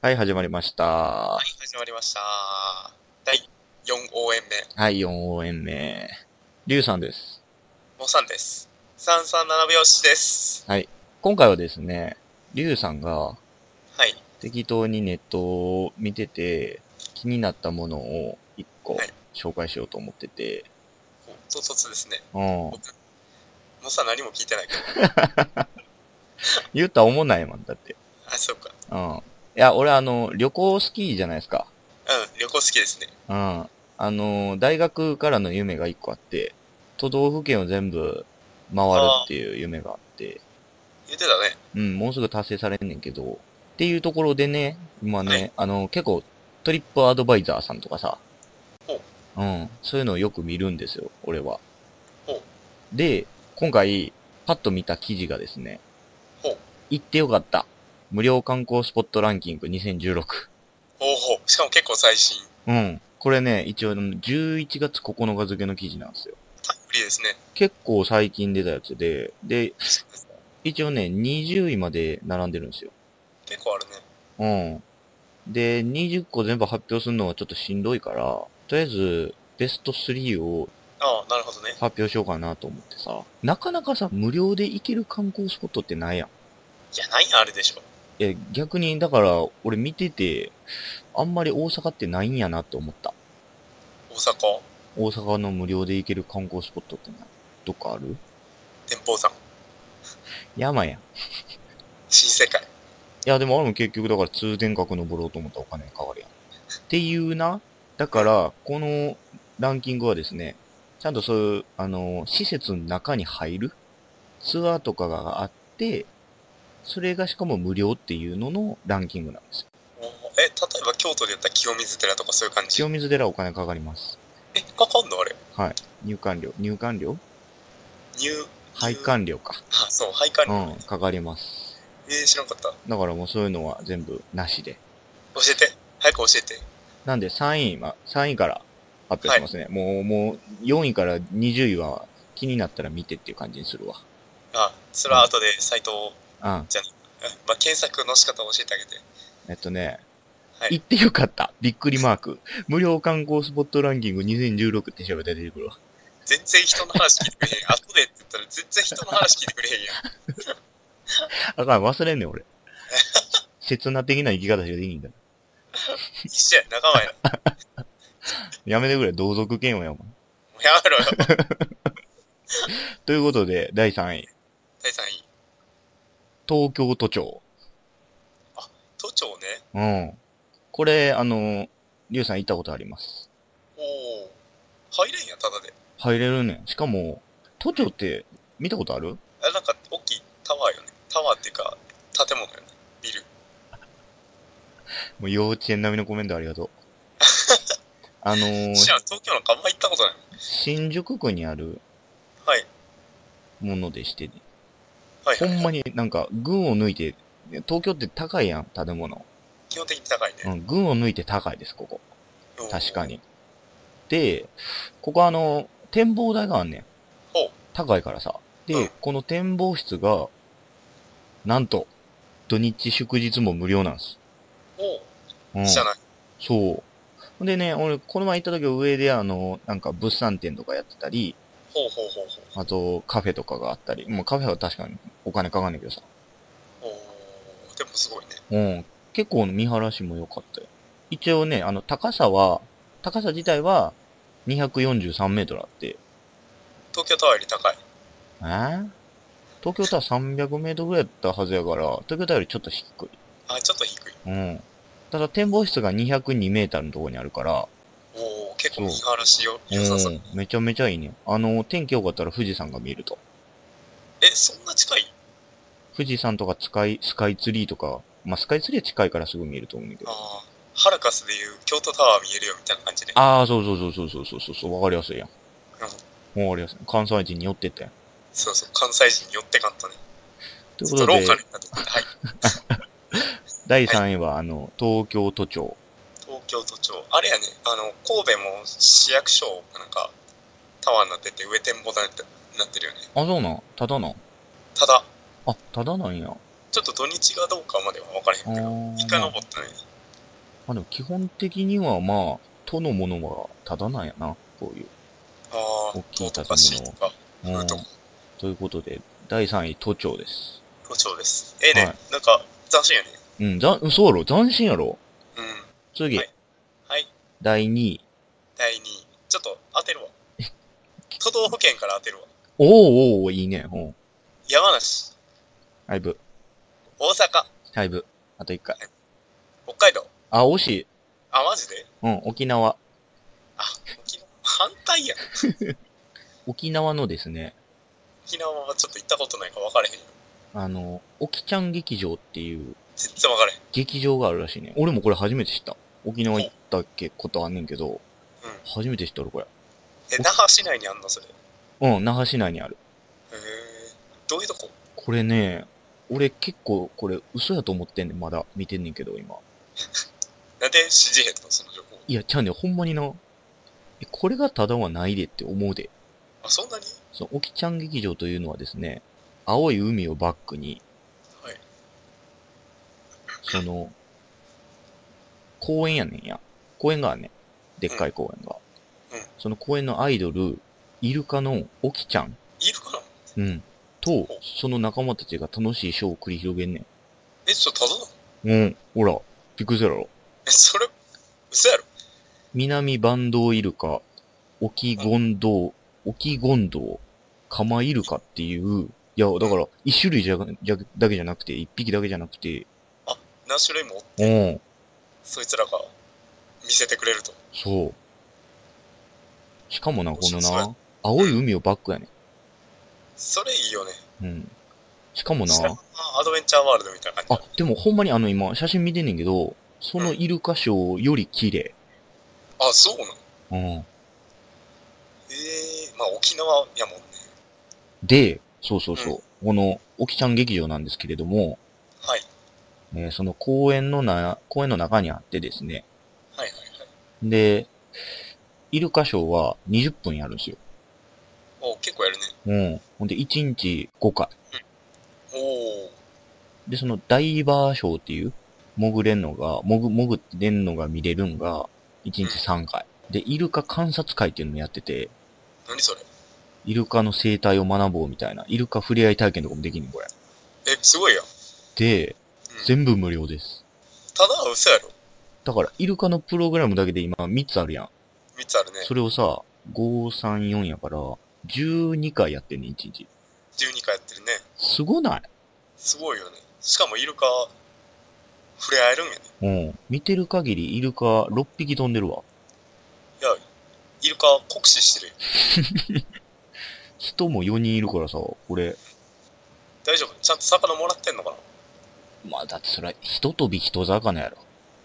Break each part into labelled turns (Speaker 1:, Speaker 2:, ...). Speaker 1: はい、始まりました
Speaker 2: は。い、始まりました。第4応援目、
Speaker 1: はい、4応援目。リュウさんです。
Speaker 2: モさんです。337拍子です。
Speaker 1: 今回はですね、リュウさんが
Speaker 2: はい、
Speaker 1: 適当にネットを見てて、気になったものを1個
Speaker 2: はい
Speaker 1: 紹介しようと思ってて、
Speaker 2: 唐突ですね。
Speaker 1: うん。
Speaker 2: モさん何も聞いてないけど。
Speaker 1: 言ったら思んないもん、だって。
Speaker 2: あ、そうか。
Speaker 1: うん。いや、俺あの、旅行好きじゃないですか。
Speaker 2: うん、旅行好きですね。
Speaker 1: うん。あの、大学からの夢が1個あって、都道府県を全部回るっていう夢があって、
Speaker 2: 言ってたね。
Speaker 1: うん、もうすぐ達成されんねんけど、っていうところでね、今ね、
Speaker 2: はい
Speaker 1: あの、結構トリップアドバイザーさんとかさ
Speaker 2: ほ、
Speaker 1: うん、そういうのをよく見るんですよ、俺は
Speaker 2: ほ。
Speaker 1: で、今回、パッと見た記事がですね、
Speaker 2: ほう。
Speaker 1: 行ってよかった。無料観光スポットランキング2016。
Speaker 2: ほうほう。しかも結構最新。
Speaker 1: うん。これね、一応あの11月9日付の記事なんですよ。
Speaker 2: タイムリーですね。
Speaker 1: 結構最近出たやつで、で、一応ね、20位まで並んでるんですよ。
Speaker 2: 結構あるね。
Speaker 1: うん。で、20個全部発表するのはちょっとしんどいから、とりあえず、ベスト3を
Speaker 2: ああ、なるほどね。
Speaker 1: 発表しようかなと思ってさ、なかなかさ、無料で行ける観光スポットってないやん。
Speaker 2: いや、ないやあるでしょ。
Speaker 1: え、逆に、だから、俺見てて、あんまり大阪ってないんやなって思った。
Speaker 2: 大阪、
Speaker 1: 大阪の無料で行ける観光スポットってない。どっかある
Speaker 2: 天保山、
Speaker 1: 山やん。い
Speaker 2: 新世界。
Speaker 1: や、でも俺も結局だから通天閣登ろうと思ったらお金かかるやん。っていうな。だから、このランキングはですね、ちゃんとそういう、あの、施設の中に入るツアーとかがあって、それがしかも無料っていうののランキングなんですよ。
Speaker 2: おーえ、例えば京都で言ったら清水寺とかそういう感じ。
Speaker 1: 清水寺はお金かかります。
Speaker 2: え、かかんのあれ。
Speaker 1: 入館料、入館料
Speaker 2: 入、
Speaker 1: 配
Speaker 2: 入
Speaker 1: 管料か。
Speaker 2: あ、そう、配管
Speaker 1: う
Speaker 2: 理。
Speaker 1: ん、かかります。
Speaker 2: えー、知らんかった。
Speaker 1: だからもうそういうのは全部なしで。
Speaker 2: 教えて。早く教えて。
Speaker 1: なんで3位は、3位から発表しますね。もう、もう、4位から20位は気になったら見てっていう感じにするわ。
Speaker 2: あ、それは後でサイトを、
Speaker 1: うん。
Speaker 2: うんまあ、検索の仕方を教えてあげて。
Speaker 1: えっとね、
Speaker 2: はい
Speaker 1: 行ってよかった。びっくりマーク。無料観光スポットランキング2016って調べたら出てくるわ。
Speaker 2: 全然人の話聞いてくれへん。 後でって言ったら全然人の話聞いてくれへんやん。
Speaker 1: あかん、忘れんねん、 俺。切な的な生き方しかできんから。
Speaker 2: 一緒や、仲間や。
Speaker 1: やめてくれ、同族嫌悪やもん。
Speaker 2: もうやめろよ。
Speaker 1: ということで、第3位。
Speaker 2: 第3位。
Speaker 1: 東京都庁。
Speaker 2: 都庁
Speaker 1: う
Speaker 2: ね。
Speaker 1: ん。これ、あの、りゅうさん行ったことあります。
Speaker 2: おお。入れんや、ただで。
Speaker 1: 入れるねん。しかも、都庁って見たことある
Speaker 2: あれなんか、大きいタワーよね。タワーっていうか、建物よね。ビル。
Speaker 1: もう幼稚園並みのコメントあり がとう。あのー
Speaker 2: 知らん、東京なんかあんま行ったことない。
Speaker 1: 新宿区にある
Speaker 2: はい。
Speaker 1: ものでしてね。
Speaker 2: はい、
Speaker 1: ほ
Speaker 2: はい。
Speaker 1: んまになんか、群を抜いて、東京って高いやん、建物。
Speaker 2: 基本的に高いね。
Speaker 1: うん、群を抜いて高いです、ここ。
Speaker 2: おー
Speaker 1: 確か。に。で、ここあの、展望台があんねん。
Speaker 2: ほう
Speaker 1: 高いからさ。で、
Speaker 2: うん
Speaker 1: この展望室が、なんと、土日祝日も無料なんです。
Speaker 2: お
Speaker 1: うん
Speaker 2: お。知らない。
Speaker 1: そう。ほんでね、俺、この前行った時は上であの、なんか物産展とかやってたり、
Speaker 2: ほうほうほうほう。
Speaker 1: あと、カフェとかがあったり、もうカフェは確かにお金かかんねんけどさ。
Speaker 2: おお。でもすごいね。
Speaker 1: うん。結構見晴らしも良かったよ。一応ね、あの、高さは、高さ自体は243メートルあって、
Speaker 2: 東京タワーより高い。
Speaker 1: えー東京タワー300メートルぐらいだったはずやから、東京タワーよりちょっと低い。
Speaker 2: あ、ちょっと低い。
Speaker 1: うん。ただ展望室が202メートルのところにあるから、
Speaker 2: おお、結
Speaker 1: そう
Speaker 2: 構見晴らしよ、
Speaker 1: う
Speaker 2: 良さそう。
Speaker 1: ん、めちゃめちゃいいね。あの、天気良かったら富士山が見えると。
Speaker 2: え、そんな近い
Speaker 1: 富士山とかスカイ、スカイツリーとか、まあ、スカイツリーは近いからすぐ見えると思うんだけど。
Speaker 2: ああ、ハルカスでいう京都タワー見えるよみたいな感じね。
Speaker 1: ああ、そうそうそうそうそうそうそうそう、わかりやすいやん。わかりやすい。関西人に寄ってったやん。
Speaker 2: そうそう、関西人に寄ってかんとね。
Speaker 1: という
Speaker 2: ち
Speaker 1: こ
Speaker 2: ょ
Speaker 1: と
Speaker 2: っとロ
Speaker 1: で
Speaker 2: ー、カルになってきた。はい。
Speaker 1: 第3位は、あの、東京都庁。
Speaker 2: 東京都庁。あれやね、あの、神戸も市役所なんかタワーになってて、上展望台になってるよね。
Speaker 1: あ、そうなんただなん
Speaker 2: ただ、
Speaker 1: あ、ただなんや。
Speaker 2: ちょっと土日がどうかまでは分からへん
Speaker 1: あ
Speaker 2: けど、
Speaker 1: ー
Speaker 2: 一回登ったね。
Speaker 1: まあでも基本的にはまあ、都のものはただなんやな、こういう。
Speaker 2: ああ
Speaker 1: 大、きい
Speaker 2: 塔とか
Speaker 1: 建
Speaker 2: C
Speaker 1: 物
Speaker 2: とか、
Speaker 1: うん
Speaker 2: うんと
Speaker 1: ということで、第3位、都庁です。
Speaker 2: 都庁です。ええね、
Speaker 1: はい
Speaker 2: なんか、斬新やね。
Speaker 1: うん、ざん、そうやろ斬新やろ
Speaker 2: うん。
Speaker 1: 次、
Speaker 2: はいはい、
Speaker 1: 第2位。
Speaker 2: 第2位。ちょっと当てるわ。都道府県から当てるわ。
Speaker 1: おーおーおーいいね。うん。
Speaker 2: 山梨、
Speaker 1: だいぶ、
Speaker 2: 大阪、
Speaker 1: だいぶ。あと1回。
Speaker 2: 北海道。
Speaker 1: あ、惜しい。
Speaker 2: あ、マジで
Speaker 1: うん、沖縄。
Speaker 2: あ、沖縄、反対やん。
Speaker 1: 沖縄のですね、
Speaker 2: 沖縄はちょっと行ったことないから分からへんよ。
Speaker 1: あの、沖ちゃん劇場っていう
Speaker 2: 全然分からへん。
Speaker 1: 劇場があるらしいね。俺もこれ初めて知った。沖縄行ったっけことあんねんけど、初めて知ったろ、これ。
Speaker 2: え、那覇市内にあんのそれ。へ
Speaker 1: うん、那覇市内にある。
Speaker 2: え。どういうとこ
Speaker 1: これね、俺結構これ嘘やと思ってんねん、まだ見てんねんけど、今。
Speaker 2: なんで知事へんのその情報。
Speaker 1: いや、ちゃうねん、ほんまにな。えこれがただはないでって思うで。
Speaker 2: あ、そんなに
Speaker 1: その、沖ちゃん劇場というのはですね、青い海をバックに、
Speaker 2: はい
Speaker 1: その、公園やねんや。公園があんねん。でっかい公園が。
Speaker 2: うん
Speaker 1: その公園のアイドル、イルカの沖ちゃん、
Speaker 2: いるかな
Speaker 1: うん、と、その仲間たちが楽しいショーを繰り広げんね
Speaker 2: え、ちょっとただなの
Speaker 1: ん。うん、ほら、びっくりするやろ。
Speaker 2: え、それ、嘘やろ
Speaker 1: 南バンドウイルカ、オキゴンドウ、オキゴンドウ、カマイルカっていう、いや、だから、一種類じゃ、じゃ、だけじゃなくて、一匹だけじゃなくて、
Speaker 2: 何種類もおっ
Speaker 1: うん、
Speaker 2: そいつらが見せてくれると。
Speaker 1: そう。しかもな、この
Speaker 2: そうそ
Speaker 1: な、青い海をバックやね
Speaker 2: それいいよね。
Speaker 1: ん。うん。しかもな、
Speaker 2: 知らんあアドベンチャーワールドみたいな感
Speaker 1: あ、でもほんまにあの今、写真見てんねんけど、そのイルカショーより綺麗。
Speaker 2: じ。あ、そうなの
Speaker 1: うん。
Speaker 2: ええまあ沖縄やもんね。
Speaker 1: で、そうそうそう、この、オキちゃん劇場なんですけれども、
Speaker 2: はい。
Speaker 1: えーその公園のな、公園の中にあってですね、
Speaker 2: はいはいはい。
Speaker 1: で、イルカショーは20分やるんですよ。
Speaker 2: お結構やるね。
Speaker 1: うん。ほんで、1日5回。
Speaker 2: おお。
Speaker 1: で、そのダイバーショーっていう、潜れんのが、潜、潜れんのが見れるんが、1日3回。で、イルカ観察会っていうのもやってて、
Speaker 2: 何それ
Speaker 1: イルカの生態を学ぼうみたいな、イルカ触れ合い体験とかもできんねん、これ。
Speaker 2: え、すごいやん。
Speaker 1: で、
Speaker 2: うん、
Speaker 1: 全部無料です。
Speaker 2: ただ、嘘やろ。
Speaker 1: だから、イルカのプログラムだけで今3つあるやん。
Speaker 2: 3つあるね。
Speaker 1: それをさ、5、3、4やから、12回やってんねん、1日。
Speaker 2: 12回やってるね。
Speaker 1: すごない
Speaker 2: すごいよね。しかもイルカ、触れ合えるんやね。
Speaker 1: うん。見てる限りイルカ6匹飛んでるわ。
Speaker 2: いや、イルカ酷使してるよ。
Speaker 1: 人も4人いるからさ、これ、
Speaker 2: 大丈夫ちゃんと魚もらってんのかな
Speaker 1: まあだってそれ、人飛び人魚やろ。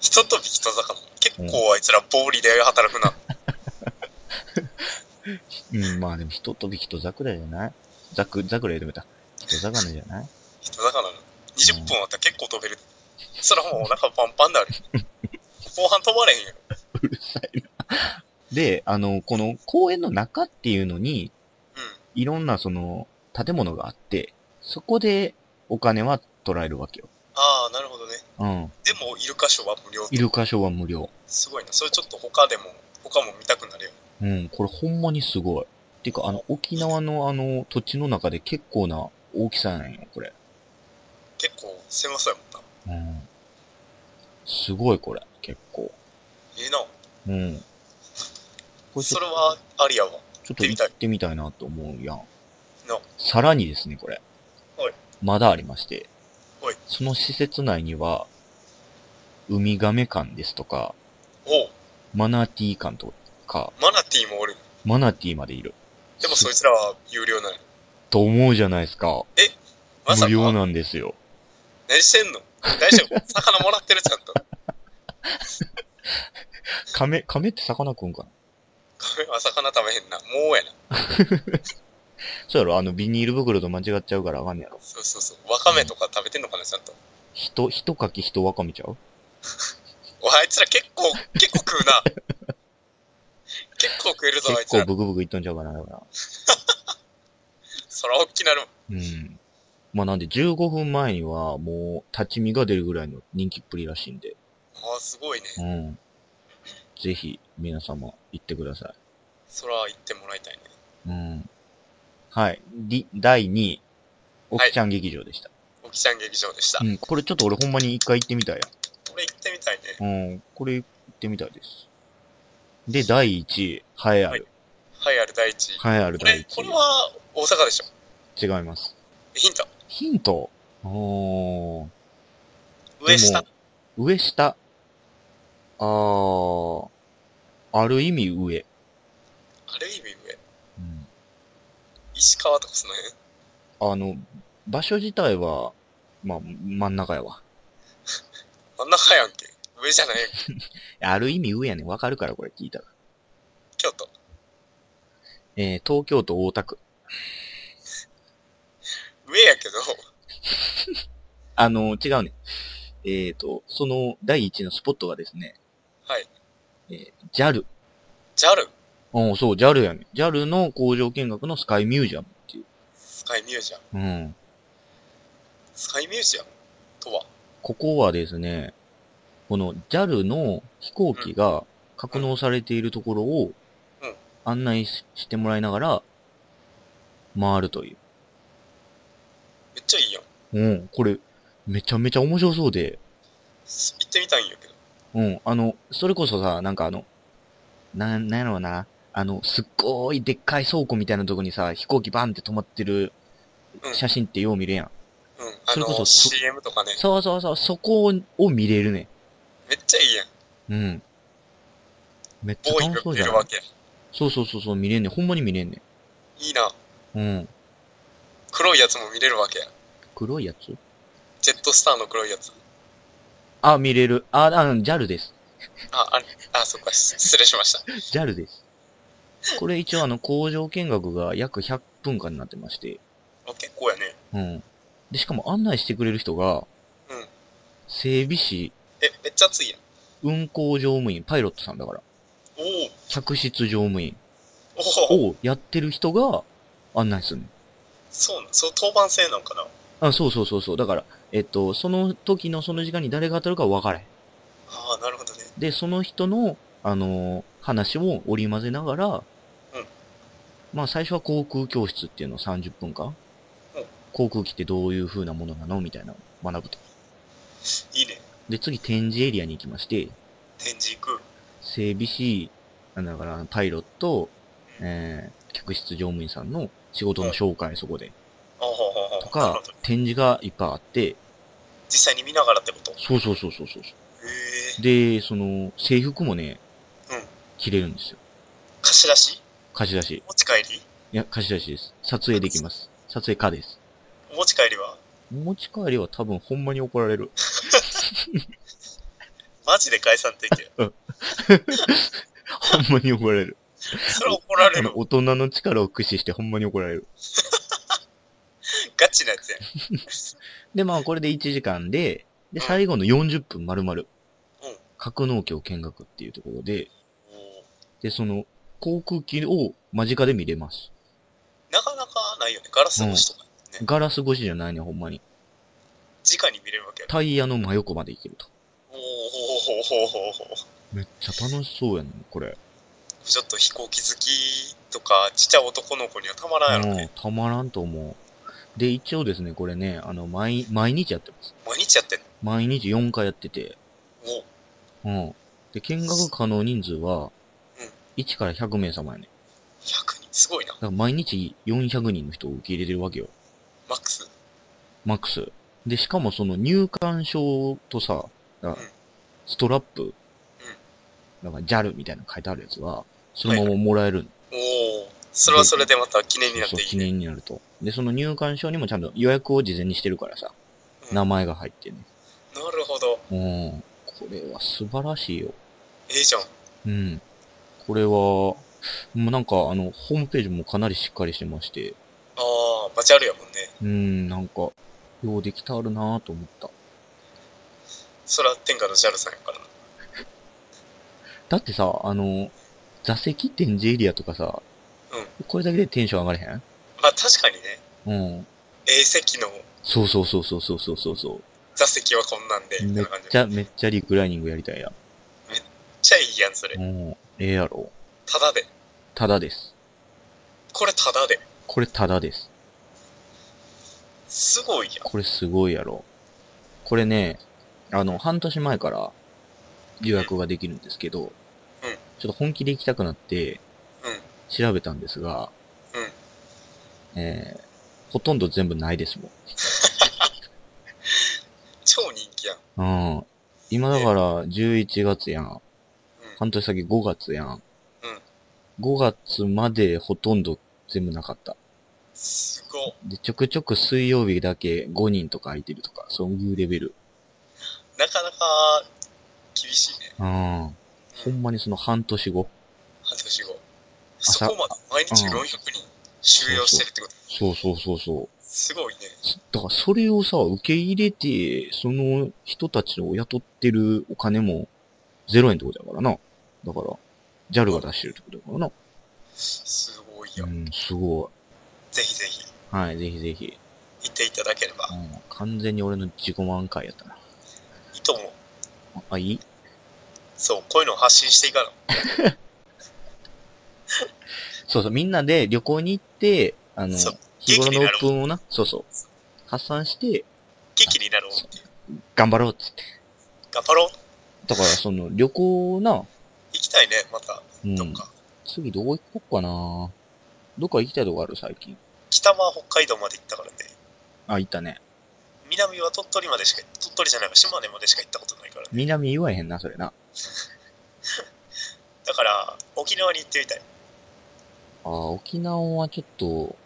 Speaker 2: 人と人魚。結構あいつら暴利で働くな。
Speaker 1: うん、まあでも人飛び人魚じゃないザク、ザクラ言うてみた。人魚じゃない
Speaker 2: 人魚なの。20分あったら結構飛べる。そらもうお腹パンパン だある。後半飛ばれへんよ。
Speaker 1: うるさいな。で、あの、この公園の中っていうのに、
Speaker 2: うん。
Speaker 1: いろんなその、建物があって、そこでお金は取られるわけよ。
Speaker 2: ああ、なるほどね。
Speaker 1: うん。
Speaker 2: でもイルカショーは無料。
Speaker 1: イルカショーは無料。
Speaker 2: すごいな。それちょっと他でも、他も見たくなるよ。
Speaker 1: うん、これほんまにすごい。てか、あの、沖縄のあの、土地の中で結構な大きさなんよ、これ。
Speaker 2: 結構狭そうやもんな。
Speaker 1: うん。すごい、これ、結構。
Speaker 2: いいな。
Speaker 1: うん。これち
Speaker 2: そ
Speaker 1: ょ
Speaker 2: れはありやわ。
Speaker 1: ちょっと行ってみたいなと思うやん
Speaker 2: な。
Speaker 1: さらにですね、これ
Speaker 2: はい。
Speaker 1: まだありまして
Speaker 2: はい。
Speaker 1: その施設内には、ウミガメ館ですとか、
Speaker 2: おう
Speaker 1: マナティー館とか、
Speaker 2: マナティーもおる。
Speaker 1: マナティーまでいる。
Speaker 2: でもそいつらは有料なんや。
Speaker 1: と思うじゃないですか。
Speaker 2: ま
Speaker 1: 無
Speaker 2: さか、
Speaker 1: 料
Speaker 2: 何
Speaker 1: なんですよ。
Speaker 2: してんの大丈夫 魚もらってるちゃんと。
Speaker 1: カメ、カメって魚食うんかな
Speaker 2: ごめんあ魚食べへんな。もうやな。
Speaker 1: そうやろあの、ビニール袋と間違っちゃうからあかんねやろ。
Speaker 2: そうそうそう。わかめとか食べてんのかな、ちゃんと。
Speaker 1: 人、人かき人わかめちゃう
Speaker 2: おあいつら結構、結構食うな。 結構食えるぞ、あい
Speaker 1: 結
Speaker 2: つ
Speaker 1: 構
Speaker 2: ら。
Speaker 1: ブクブクいっとんちゃうかな、だから。
Speaker 2: そらおっきなるわ。
Speaker 1: うん。まあなんで15分前にはもう立ち見が出るぐらいの人気っぷりらしいんで。
Speaker 2: あああ、すごいね。
Speaker 1: うん。ぜひ、皆様、行ってくださ
Speaker 2: そら行ってもらいたいね。
Speaker 1: い。うん。はい。り第2位、おきちゃん劇場でした。
Speaker 2: おきちゃん劇場でした。
Speaker 1: うん。これちょっと俺ほんまに一回行ってみたい
Speaker 2: これ行ってみたいね。
Speaker 1: や。うん。これ行ってみたいです。で、第1位、ハエある。
Speaker 2: はい、ある第一位。
Speaker 1: ハエある
Speaker 2: こ
Speaker 1: 第
Speaker 2: れ、これは大阪でしょ。
Speaker 1: 1位。違います。
Speaker 2: ヒント。
Speaker 1: ヒントおー。
Speaker 2: 上下
Speaker 1: で。も。上下。あー。ある意味上。
Speaker 2: ある意味上。
Speaker 1: うん
Speaker 2: 石川とかその辺。
Speaker 1: あの、場所自体は、まあ、真ん中やわ。
Speaker 2: 真ん中やんけ。上じゃないやんけ。
Speaker 1: ある意味上やねん。わかるから、これ聞いたら。
Speaker 2: 京都。
Speaker 1: えー、東京都大田区。
Speaker 2: 上やけど、
Speaker 1: あの、違うね。えっ、ー、と、その第一のスポットがですね、
Speaker 2: はい。
Speaker 1: えー、JAL。
Speaker 2: JAL。
Speaker 1: うん、そう、JAL やね。JAL の工場見学のスカイミュージアムっていう。
Speaker 2: スカイミュージアム。
Speaker 1: うん。
Speaker 2: スカイミュージアムとは
Speaker 1: ここはですね、この JAL の飛行機が格納されているところを
Speaker 2: うん
Speaker 1: 案内ししてもらいながら回るという。
Speaker 2: めっちゃいいやん。
Speaker 1: うん、これめちゃめちゃ面白そうで、
Speaker 2: す行ってみたいんやけど。
Speaker 1: うん、あの、それこそさ、なんかあの、なん、なんやろうな、あの、すっごいでっかい倉庫みたいなとこにさ、飛行機バンって止まってる
Speaker 2: うん
Speaker 1: 写真ってよう見るやん。
Speaker 2: うん。あ
Speaker 1: それこそ
Speaker 2: の、CM とかね。
Speaker 1: そうそうそう、そこを見れるね。
Speaker 2: めっちゃいいやん。
Speaker 1: うん。めっちゃ
Speaker 2: ボーイン
Speaker 1: 楽そ
Speaker 2: グ
Speaker 1: う
Speaker 2: 見
Speaker 1: じゃ
Speaker 2: れ
Speaker 1: な
Speaker 2: る
Speaker 1: い
Speaker 2: わけや。
Speaker 1: そうそうそうそう、見れんねん。ほんまに見れんね
Speaker 2: いいな。
Speaker 1: ん。うん。
Speaker 2: 黒いやつも見れるわけや。
Speaker 1: 黒いやつ
Speaker 2: ジェットスターの黒いやつ。
Speaker 1: あ、見れる。あ、あ、JAL です。
Speaker 2: あ、あれ、あ、そっか、し失礼しました。
Speaker 1: JAL です。これ一応あの、工場見学が約100分間になってまして。
Speaker 2: あ結構やね。
Speaker 1: うん。で、しかも案内してくれる人が、
Speaker 2: うん
Speaker 1: 整備士、
Speaker 2: え、めっちゃ熱いやん。
Speaker 1: 運行乗務員、パイロットさんだから、
Speaker 2: おお
Speaker 1: 客室乗務員
Speaker 2: おお
Speaker 1: をやってる人が案内するの。
Speaker 2: そうなん、そう、当番制なんかな。
Speaker 1: あ、そうそうそうそう。だから、えっと、その時のその時間に誰が当たるか分からへん。
Speaker 2: ああ、なるほどね。
Speaker 1: で、その人の、あのー話も織り交ぜながら、まあ最初は航空教室っていうのを30分間、
Speaker 2: うん
Speaker 1: 航空機ってどういう風なものなのみたいなのを学ぶと。
Speaker 2: いいね。
Speaker 1: で、次展示エリアに行きまして、
Speaker 2: 展示行く。
Speaker 1: 整備士、あだからパイロット、えー、客室乗務員さんの仕事の紹介そこで、
Speaker 2: ああ、ほうほうほう
Speaker 1: と
Speaker 2: な
Speaker 1: か
Speaker 2: るほど、
Speaker 1: 展示がいっぱいあって、
Speaker 2: 実際に見ながらってこと。へ
Speaker 1: そうそうそうそうそうそ
Speaker 2: え。
Speaker 1: う。で、その、制服もね、
Speaker 2: うん
Speaker 1: 着れるんですよ。
Speaker 2: 貸し出し
Speaker 1: 貸し出し。
Speaker 2: 持ち帰り
Speaker 1: いや、貸し出しです。撮影できます。撮影家です。
Speaker 2: お持ち帰りは
Speaker 1: 持ち帰りは多分ほんまに怒られ る。
Speaker 2: マジで解散で きる。
Speaker 1: ほんまに怒ら れる。
Speaker 2: それ怒られ
Speaker 1: あ
Speaker 2: る
Speaker 1: の、。大人の力を駆使してほんまに怒られる。
Speaker 2: ガチなやつやん。
Speaker 1: で、まあこれで1時間で、で、
Speaker 2: うん
Speaker 1: 最後の40分丸々。
Speaker 2: うん
Speaker 1: 格納機を見学っていうところで、
Speaker 2: おお
Speaker 1: で、その、航空機を間近で見れます。
Speaker 2: なかなかないよね。ガラス越しとか。
Speaker 1: ガラス越しじゃないね、ほんまに。
Speaker 2: 直に見れるわけや。
Speaker 1: タイヤの真横まで行けると。
Speaker 2: おおほうほうほうほうほう。
Speaker 1: めっちゃ楽しそうやね、これ。
Speaker 2: ちょっと飛行機好きとか、ちっちゃい男の子にはたまらんやろ
Speaker 1: う
Speaker 2: ね
Speaker 1: ん。たまらんと思う。で、一応ですね、これね、あの、毎、毎日やってます。
Speaker 2: 毎日やってんの。
Speaker 1: 毎日4回やってて、
Speaker 2: おお
Speaker 1: うん。で、見学可能人数は
Speaker 2: うん、
Speaker 1: 1から100名様やね。
Speaker 2: 100人。すごいな
Speaker 1: だ。から毎日400人の人を受け入れてるわけよ。
Speaker 2: マックス。
Speaker 1: マックス。で、しかもその入館証とさ、だから
Speaker 2: ん
Speaker 1: ストラップ、なんか JAL みたいなの書いてあるやつは、そのままもらえるん
Speaker 2: おおそれはそれでまた記念になっ
Speaker 1: そうそう、
Speaker 2: ていい
Speaker 1: 記
Speaker 2: ね。
Speaker 1: 念になると。で、その入館証にもちゃんと予約を事前にしてるからさ、
Speaker 2: うん
Speaker 1: 名前が入ってる
Speaker 2: なるほど。
Speaker 1: ね。うん。これは素晴らしいよ。
Speaker 2: ええじゃん。
Speaker 1: うん。これは、もうなんか、あの、ホームページもかなりしっかりしてまして、
Speaker 2: ああ、バチャルやもんね。
Speaker 1: うん、なんか、ようできたあるなぁと思った。
Speaker 2: そら天下のジャルさんやからな。
Speaker 1: だってさ、あの、座席展示エリアとかさ、
Speaker 2: う
Speaker 1: これだけでテンション上がれへ
Speaker 2: まあ確かにね、
Speaker 1: んうん。
Speaker 2: A 席の
Speaker 1: そうそうそうそうそうそうそう。
Speaker 2: 座席はこんなんで、みた
Speaker 1: め
Speaker 2: い
Speaker 1: っ
Speaker 2: な感じ
Speaker 1: ちゃ、めっちゃリクライニングやりたいや。
Speaker 2: めっちゃいいやん、それ
Speaker 1: う。ん。ええやろ。
Speaker 2: ただで。
Speaker 1: ただです。
Speaker 2: これただで。
Speaker 1: これただです。
Speaker 2: すごいやん。
Speaker 1: これすごいやろ。これね、あの、半年前から予約ができるんですけど、ちょっと本気で行きたくなって、
Speaker 2: うん
Speaker 1: 調べたんですが、えー、ほとんど全部ないですもん。
Speaker 2: 超人気やん。うん。
Speaker 1: うん。今だから11月やん。半年先5月やん。5月までほとんど全部なかった。
Speaker 2: すご。
Speaker 1: で、ちょくちょく水曜日だけ5人とか空いてるとか、そういうレベル。
Speaker 2: なかなか、厳しいね。
Speaker 1: うん。ほんまにその半年後。
Speaker 2: 半年後。
Speaker 1: 朝
Speaker 2: そこまで毎日
Speaker 1: うん
Speaker 2: 400人収容してるってこと。
Speaker 1: そうそうそうそう。
Speaker 2: すごいね。
Speaker 1: だからそれをさ、受け入れて、その人たちを雇ってるお金も0円ってことやからな。だから、JAL が出してるってことやからな。
Speaker 2: すごいよ。
Speaker 1: うん、すご
Speaker 2: ぜひぜひ、
Speaker 1: い。はい、ぜひぜひ。
Speaker 2: 行っていただければ
Speaker 1: う。ん、完全に俺の自己満開やったな。
Speaker 2: いいと思う。
Speaker 1: あ、いい
Speaker 2: そう、こういうのを発信していかな。
Speaker 1: そうそう、みんなで旅行に行って、あの
Speaker 2: そう、
Speaker 1: 日頃の
Speaker 2: 元気に
Speaker 1: オ
Speaker 2: なろう
Speaker 1: ープンをな、そうそう、発散して、
Speaker 2: 劇になろうっていう。
Speaker 1: 頑張ろうっつって。
Speaker 2: 頑張ろう。
Speaker 1: だから、その、旅行な、
Speaker 2: 行きたいね、また、
Speaker 1: う
Speaker 2: どっ
Speaker 1: ん、
Speaker 2: か。
Speaker 1: 次どこ行こっかなどっか行きたいとこある最近。
Speaker 2: 北は北海道まで行ったからね。
Speaker 1: あ、行ったね。
Speaker 2: 南は鳥取までしか、鳥取じゃないか、島根までしか行ったことないから。
Speaker 1: 南言わへんな、それな。
Speaker 2: だから、沖縄に行ってみたい。
Speaker 1: あー沖縄はちょっと、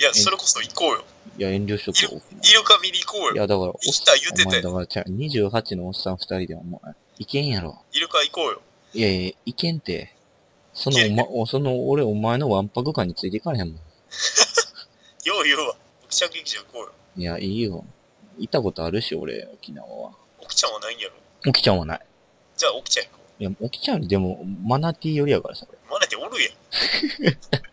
Speaker 2: いや、それこそ行こうよ。
Speaker 1: いや、遠慮しとくよ、沖
Speaker 2: イルカ見に行こ
Speaker 1: 縄。
Speaker 2: う
Speaker 1: い
Speaker 2: よ。
Speaker 1: や、だから、おっ
Speaker 2: 行きたい言って
Speaker 1: お
Speaker 2: た
Speaker 1: 前、
Speaker 2: よ。
Speaker 1: だから、ちゃう28のおっさん二人ではもう、いけんやろ。
Speaker 2: イルカ行こうよ。
Speaker 1: いやいや、いけんて。その
Speaker 2: いけ
Speaker 1: お
Speaker 2: ん
Speaker 1: ま、おその、俺、お前のわんぱく感についていかれへんも
Speaker 2: よう言うわ。沖ちゃん劇場行こうよ。
Speaker 1: ん。いや、いいよ。行ったことあるし、俺、沖縄は。
Speaker 2: 沖ちゃんはないんやろ。
Speaker 1: 沖ちゃんはない。
Speaker 2: じゃあ沖ちゃん行こ
Speaker 1: いや、沖ちゃんでも、マナティーよりやからさ、俺。
Speaker 2: う。マナティおる やん。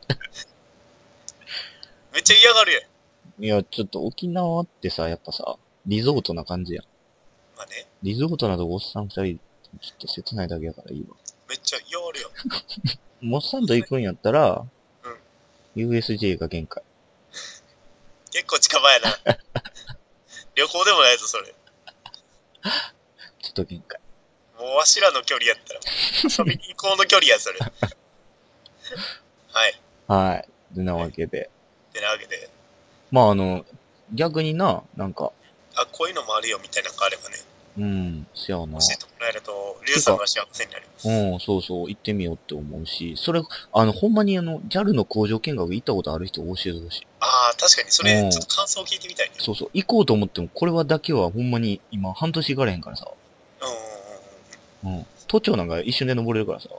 Speaker 2: めっちゃ嫌がるやん。
Speaker 1: いや、ちょっと沖縄ってさ、やっぱさ、リゾートな感じやん。
Speaker 2: まあね、
Speaker 1: リゾートなどおっさん二人、ちょっと切ないだけやからいいわ。
Speaker 2: めっちゃ嫌がるやん。
Speaker 1: モッサンと行くんやったら、
Speaker 2: うん
Speaker 1: USJ が限界。
Speaker 2: 結構近場やな。 旅行でもないぞ、それ。
Speaker 1: ちょっと限界。
Speaker 2: もうわしらの距離やったら。 遊びに行こうの距離や、それ。はい。
Speaker 1: はい。でなわけで。
Speaker 2: てなわけで、
Speaker 1: まあ、あの、逆にな、なんか、
Speaker 2: あ、こういうのもあるよ、みたいなのがあればね、
Speaker 1: うん、せやな
Speaker 2: 教。えてもらえると、リュウさんが幸せになります。
Speaker 1: うん、そうそう、行ってみようって思うし、それ、あの、ほんまにあの、JAL の工場見学行ったことある人教えてほしい。
Speaker 2: ああ、確かに、そ
Speaker 1: うん
Speaker 2: れ、ちょっと感想を聞いてみたいね。
Speaker 1: そうそう、行こうと思っても、これはだけはほんまに今、半年行かれへんからさ。
Speaker 2: うんうんうん
Speaker 1: うん。都庁なんか一瞬で登れるからさ。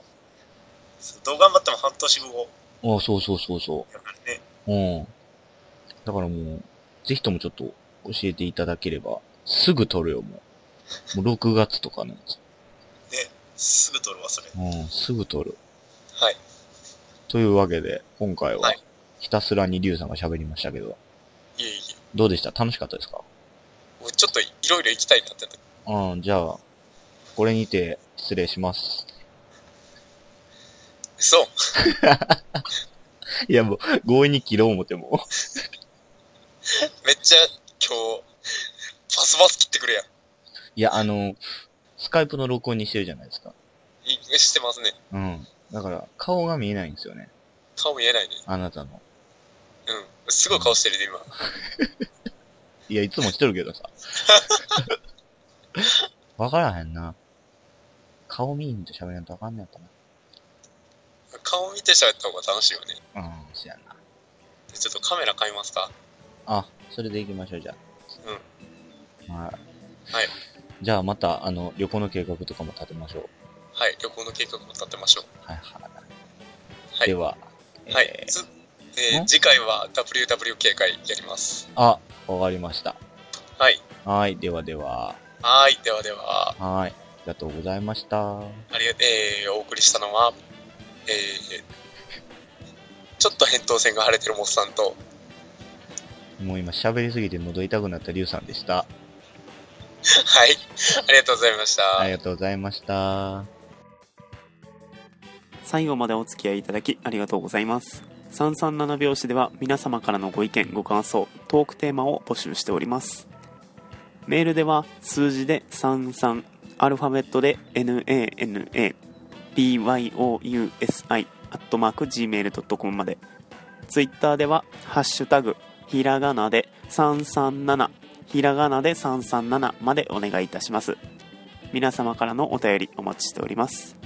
Speaker 2: そう。どう頑張っても半年後
Speaker 1: ああ、そうそうそうそ
Speaker 2: やからね。
Speaker 1: う。うん。だからもう、ぜひともちょっと教えていただければ、すぐ撮るよ、もう。もう6月とかのやつ。
Speaker 2: すぐ取るわ、それ。
Speaker 1: うん、すぐ撮る。
Speaker 2: はい。
Speaker 1: というわけで、今回
Speaker 2: は、
Speaker 1: はいひたすらにリュウさんが喋りましたけど、
Speaker 2: いえいえ。
Speaker 1: どうでした楽しかったですか
Speaker 2: もうちょっといろいろ行きたいなってなった。
Speaker 1: うん、じゃあ、これにて失礼します。
Speaker 2: そう。
Speaker 1: いや、もう、強引に切ろう思ても。
Speaker 2: めっちゃ、今日、バスバス切ってくれやん。
Speaker 1: いや、あの、スカイプの録音にしてるじゃないですか。
Speaker 2: いしてますね。
Speaker 1: うん。だから、顔が見えないんですよね。
Speaker 2: 顔見えないね。
Speaker 1: あなたの。
Speaker 2: うん。すごい顔してるで、今。
Speaker 1: いや、いつもしてるけど さ。わからへんな。顔見んと喋らんとわかんないやっ
Speaker 2: 顔見て喋った方が楽しいよね。
Speaker 1: たな。うん、そやな。
Speaker 2: ちょっとカメラ買いますか
Speaker 1: あ、それで行きましょう、じゃあ。うん。はい。
Speaker 2: はい。
Speaker 1: じゃあ、また、あの、旅行の計画とかも立てましょう。
Speaker 2: はい、旅行の計画も立てましょう。
Speaker 1: はいはい。
Speaker 2: はい
Speaker 1: では、
Speaker 2: はい
Speaker 1: え。ー
Speaker 2: つえー
Speaker 1: ん
Speaker 2: 次回は WW 警戒やります。
Speaker 1: あ、わかりました。
Speaker 2: はい。
Speaker 1: はい、ではでは、
Speaker 2: はーい、ではでは、
Speaker 1: はい。ありがとうございました。
Speaker 2: ありがえー、お送りしたのは、えー、ちょっと扁桃腺が腫れてるモッさんと、
Speaker 1: もう今喋りすぎて喉痛くなったリュウさんでした。
Speaker 2: はい。ありがとうございました。
Speaker 1: ありがとうございました。
Speaker 3: 最後までお付き合いいただきありがとうございます337拍子では皆様からのご意見ご感想トークテーマを募集しておりますメールでは数字で33アルファベットで nanabyousi アットマーク gmail.com までツイッターでは「ハッシュタグひらがな」で337ひらがなで337までお願いいたします皆様からのお便りお待ちしております